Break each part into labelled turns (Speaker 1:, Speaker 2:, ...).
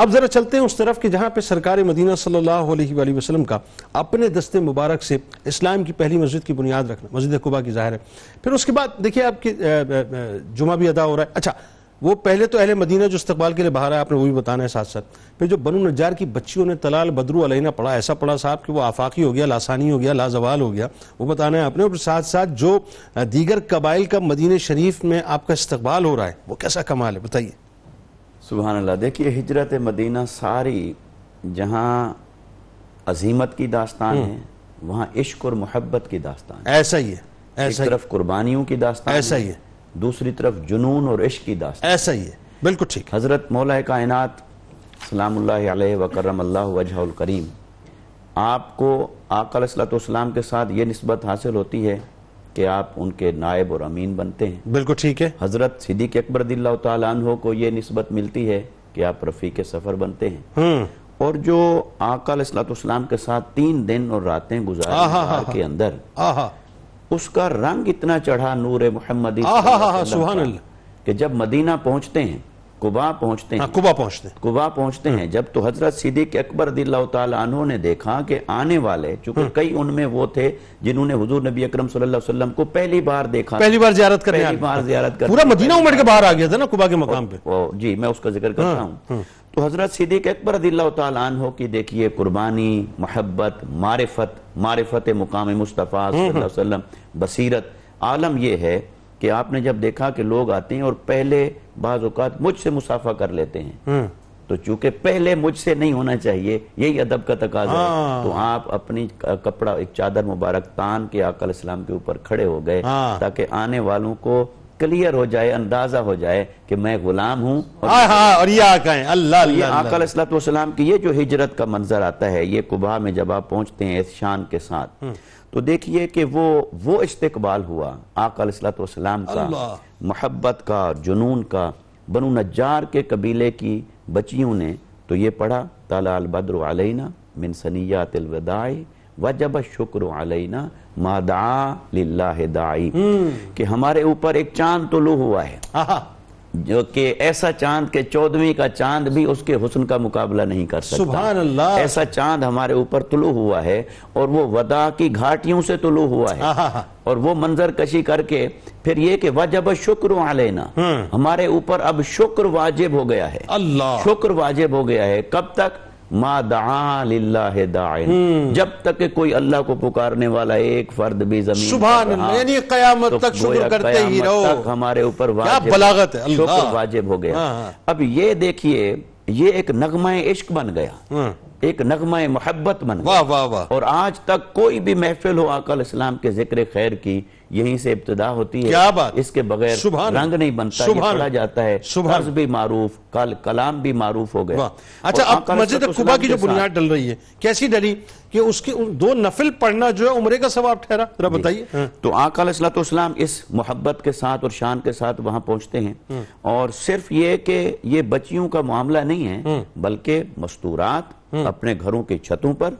Speaker 1: اب ذرا چلتے ہیں اس طرف کہ جہاں پہ سرکار مدینہ صلی اللہ علیہ وآلہ وسلم کا اپنے دستے مبارک سے اسلام کی پہلی مسجد کی بنیاد رکھنا مسجد قباء کی ظاہر ہے پھر اس کے بعد دیکھیے آپ کی جمعہ بھی ادا ہو رہا ہے اچھا وہ پہلے تو اہل مدینہ جو استقبال کے لیے باہر ہے آپ نے وہ بھی بتانا ہے ساتھ ساتھ پھر جو بنو نجار کی بچیوں نے تلال بدرو علینا پڑھا ایسا پڑھا صاحب کہ وہ آفاقی ہو گیا لاسانی ہو گیا لازوال ہو گیا وہ بتانا ہے آپ نے اور ساتھ ساتھ جو دیگر قبائل کا مدینہ شریف میں آپ کا استقبال ہو رہا ہے وہ کیسا کمال ہے بتائیے
Speaker 2: سبحان اللہ دیکھیے ہجرت مدینہ ساری جہاں عظیمت کی داستان ہے وہاں عشق اور محبت کی داستان ہے
Speaker 1: ایسا ہی ہے
Speaker 2: ایک
Speaker 1: ایسا ہی
Speaker 2: طرف قربانیوں کی داستان
Speaker 1: ایسا ہی ہے۔
Speaker 2: دوسری طرف جنون اور عشق کی داستان
Speaker 1: ایسا ہی ہے بالکل ٹھیک ہے
Speaker 2: حضرت مولا کائنات سلام اللہ علیہ وکرم اللہ وجہ الکریم آپ کو آقا علیہ الصلوۃ والسلام کے ساتھ یہ نسبت حاصل ہوتی ہے کہ آپ ان کے نائب اور امین بنتے ہیں
Speaker 1: بالکل ٹھیک ہے
Speaker 2: حضرت صدیق اکبر رضی اللہ تعالیٰ عنہ کو یہ نسبت ملتی ہے کہ آپ رفیق سفر بنتے ہیں
Speaker 1: ہوں
Speaker 2: اور جو آقا علیہ السلاۃ اسلام کے ساتھ تین دن اور راتیں
Speaker 1: آہا ہا
Speaker 2: گزار
Speaker 1: ہا
Speaker 2: کے اندر
Speaker 1: آہا
Speaker 2: اس کا رنگ اتنا چڑھا نور محمدی صلی
Speaker 1: آہا
Speaker 2: اللہ
Speaker 1: ہا
Speaker 2: علیہ
Speaker 1: ہا
Speaker 2: وسلم
Speaker 1: سبحان
Speaker 2: کا
Speaker 1: اللہ
Speaker 2: کہ جب مدینہ پہنچتے ہیں قبا پہنچتے
Speaker 1: ہاں
Speaker 2: ہیں
Speaker 1: کبا پہنچتے ہیں
Speaker 2: قبا پہنچتے ہیں جب تو حضرت صدیق اکبر رضی اللہ تعالیٰ عنہ نے دیکھا کہ آنے والے چونکہ
Speaker 1: ہاں۔
Speaker 2: کئی ان میں وہ تھے جنہوں نے حضور نبی اکرم صلی اللہ علیہ وسلم کو پہلی بار دیکھا
Speaker 1: پہلی بار زیارت کرنے
Speaker 2: پہلی بار زیارت کرنے
Speaker 1: پورا مدینہ عمر کے باہر آ گیا تھا نا کبا کے مقام پہ
Speaker 2: وہ- جی میں اس کا ذکر کرتا ہوں تو حضرت صدیق اکبر رضی اللہ تعالیٰ عنہ کی دیکھیے قربانی محبت معرفت معرفت مقام مصطفیٰ صلی اللہ علیہ وسلم بصیرت عالم یہ ہے کہ آپ نے جب دیکھا کہ لوگ آتے ہیں اور پہلے بعض اوقات مجھ سے مسافہ کر لیتے ہیں
Speaker 1: ہوں
Speaker 2: تو چونکہ پہلے مجھ سے نہیں ہونا چاہیے یہی ادب کا تقاضا ہے تو آپ اپنی کپڑا ایک چادر مبارک تان کے آقا علیہ السلام کے اوپر کھڑے ہو گئے تاکہ آنے والوں کو کلیئر ہو جائے اندازہ ہو جائے کہ میں غلام ہوں اور
Speaker 1: ہاں ہاں اور یہ آقا ہیں اللہ
Speaker 2: یہ
Speaker 1: اللہ
Speaker 2: آقا علیہ السلام والسلام کی یہ جو ہجرت کا منظر آتا ہے یہ قبا میں جب آپ پہنچتے ہیں اس شان کے ساتھ تو دیکھیے کہ وہ وہ استقبال ہوا آقا علیہ السلام والسلام کا محبت کا جنون کا بنو نجار کے قبیلے کی بچیوں نے تو یہ پڑھا تالا البدر علینا من سنیات الوداع وجب شکر علینا ما دعا للہ داعی کہ ہمارے اوپر ایک چاند طلوع ہوا ہے
Speaker 1: آہا
Speaker 2: جو کہ ایسا چاند کے چودویں کا چاند بھی اس کے حسن کا مقابلہ نہیں کر سکتا
Speaker 1: سبحان اللہ
Speaker 2: ایسا چاند ہمارے اوپر طلوع ہوا ہے اور وہ ودا کی گھاٹیوں سے طلوع ہوا ہے
Speaker 1: آہا ہا
Speaker 2: اور وہ منظر کشی کر کے پھر یہ کہ وجب شکر علینا
Speaker 1: ہاں۔
Speaker 2: ہمارے اوپر اب شکر واجب ہو گیا ہے
Speaker 1: اللہ
Speaker 2: شکر واجب ہو گیا ہے کب تک ما دعا للہ داعین جب تک کہ کوئی اللہ کو پکارنے والا ایک فرد بھی زمین پر
Speaker 1: سبحان
Speaker 2: رہا۔
Speaker 1: اللہ یعنی قیامت
Speaker 2: ہاں۔ تو
Speaker 1: تک
Speaker 2: گویا
Speaker 1: شکر کرتے
Speaker 2: قیامت
Speaker 1: ہی رہو
Speaker 2: تک ہمارے اوپر واجب
Speaker 1: بلاغت ہے، اللہ!
Speaker 2: شکر واجب ہو
Speaker 1: ہاں۔
Speaker 2: گیا اب یہ دیکھیے یہ ایک نغمہ عشق بن گیا ایک نغمہ محبت بن گیا
Speaker 1: ہاں۔ واہ واہ واہ
Speaker 2: اور آج تک کوئی بھی محفل ہو آقا علیہ السلام کے ذکر خیر کی یہیں سے ابتدا ہوتی
Speaker 1: کیا
Speaker 2: ہے
Speaker 1: بات!
Speaker 2: اس کے بغیر
Speaker 1: سبحان
Speaker 2: رنگ نہیں بنتا یہ
Speaker 1: سبحان
Speaker 2: پڑھا جاتا ہے
Speaker 1: سبحان
Speaker 2: طرز بھی معروف کل کلام بھی معروف ہو گیا
Speaker 1: واہ اچھا اب مسجد قبا کی جو بنیاد ڈل رہی ہے کیسی ڈلی کہ اس کی دو نفل پڑھنا جو ہے عمرے کا ثواب ٹھہرا ذرا
Speaker 2: جی۔
Speaker 1: بتائیے ہاں۔
Speaker 2: تو آقا علیہ الصلوۃ والسلام اس محبت کے ساتھ اور شان کے ساتھ وہاں پہنچتے ہیں اور صرف یہ کہ یہ بچیوں کا معاملہ نہیں ہے بلکہ مستورات اپنے گھروں کی چھتوں پر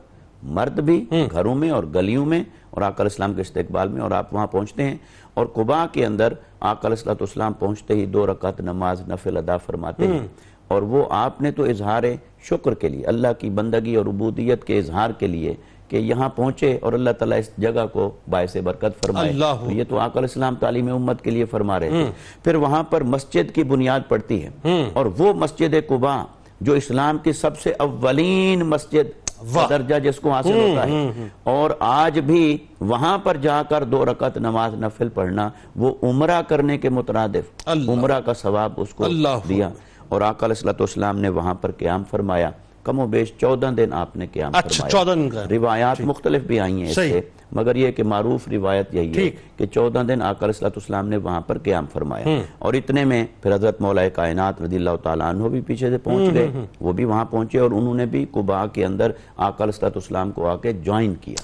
Speaker 2: مرد بھی گھروں میں اور گلیوں میں اور آقا علیہ السلام کے استقبال میں اور آپ وہاں پہنچتے ہیں اور قبا کے اندر آقا علیہ الصلوۃ والسلام پہنچتے ہی دو رکعت نماز نفل ادا فرماتے ہیں اور وہ آپ نے تو اظہار شکر کے لیے اللہ کی بندگی اور عبودیت کے اظہار کے لیے کہ یہاں پہنچے اور اللہ تعالیٰ اس جگہ کو باعث برکت فرمائے
Speaker 1: اللہ
Speaker 2: تو یہ تو آقا علیہ السلام تعلیم امت کے لیے فرما رہے تھے پھر وہاں پر مسجد کی بنیاد پڑتی ہے اور وہ مسجد قبا جو اسلام کی سب سے اولین مسجد کا درجہ جس کو حاصل ہوتا ہے اور آج بھی وہاں پر جا کر دو رکعت نماز نفل پڑھنا وہ عمرہ کرنے کے مترادف عمرہ کا ثواب اس کو
Speaker 1: اللہ
Speaker 2: دیا اور آقا علیہ الصلوۃ والسلام نے وہاں پر قیام فرمایا کم و بیش چودہ دن آپ نے قیام
Speaker 1: اچھا
Speaker 2: فرمایا
Speaker 1: چودہ دن کا
Speaker 2: روایات مختلف بھی آئی ہیں اس
Speaker 1: صحیح۔
Speaker 2: سے مگر یہ کہ معروف روایت یہی ہے کہ چودہ دن آقا علیہ الصلوۃ والسلام نے وہاں پر قیام فرمایا اور اتنے میں پھر حضرت مولا کائنات رضی اللہ تعالیٰ عنہ بھی پیچھے سے پہنچ گئے وہ بھی وہاں پہنچے اور انہوں نے بھی قباء کے اندر آقا علیہ الصلوۃ والسلام کو آ کے جوائن کیا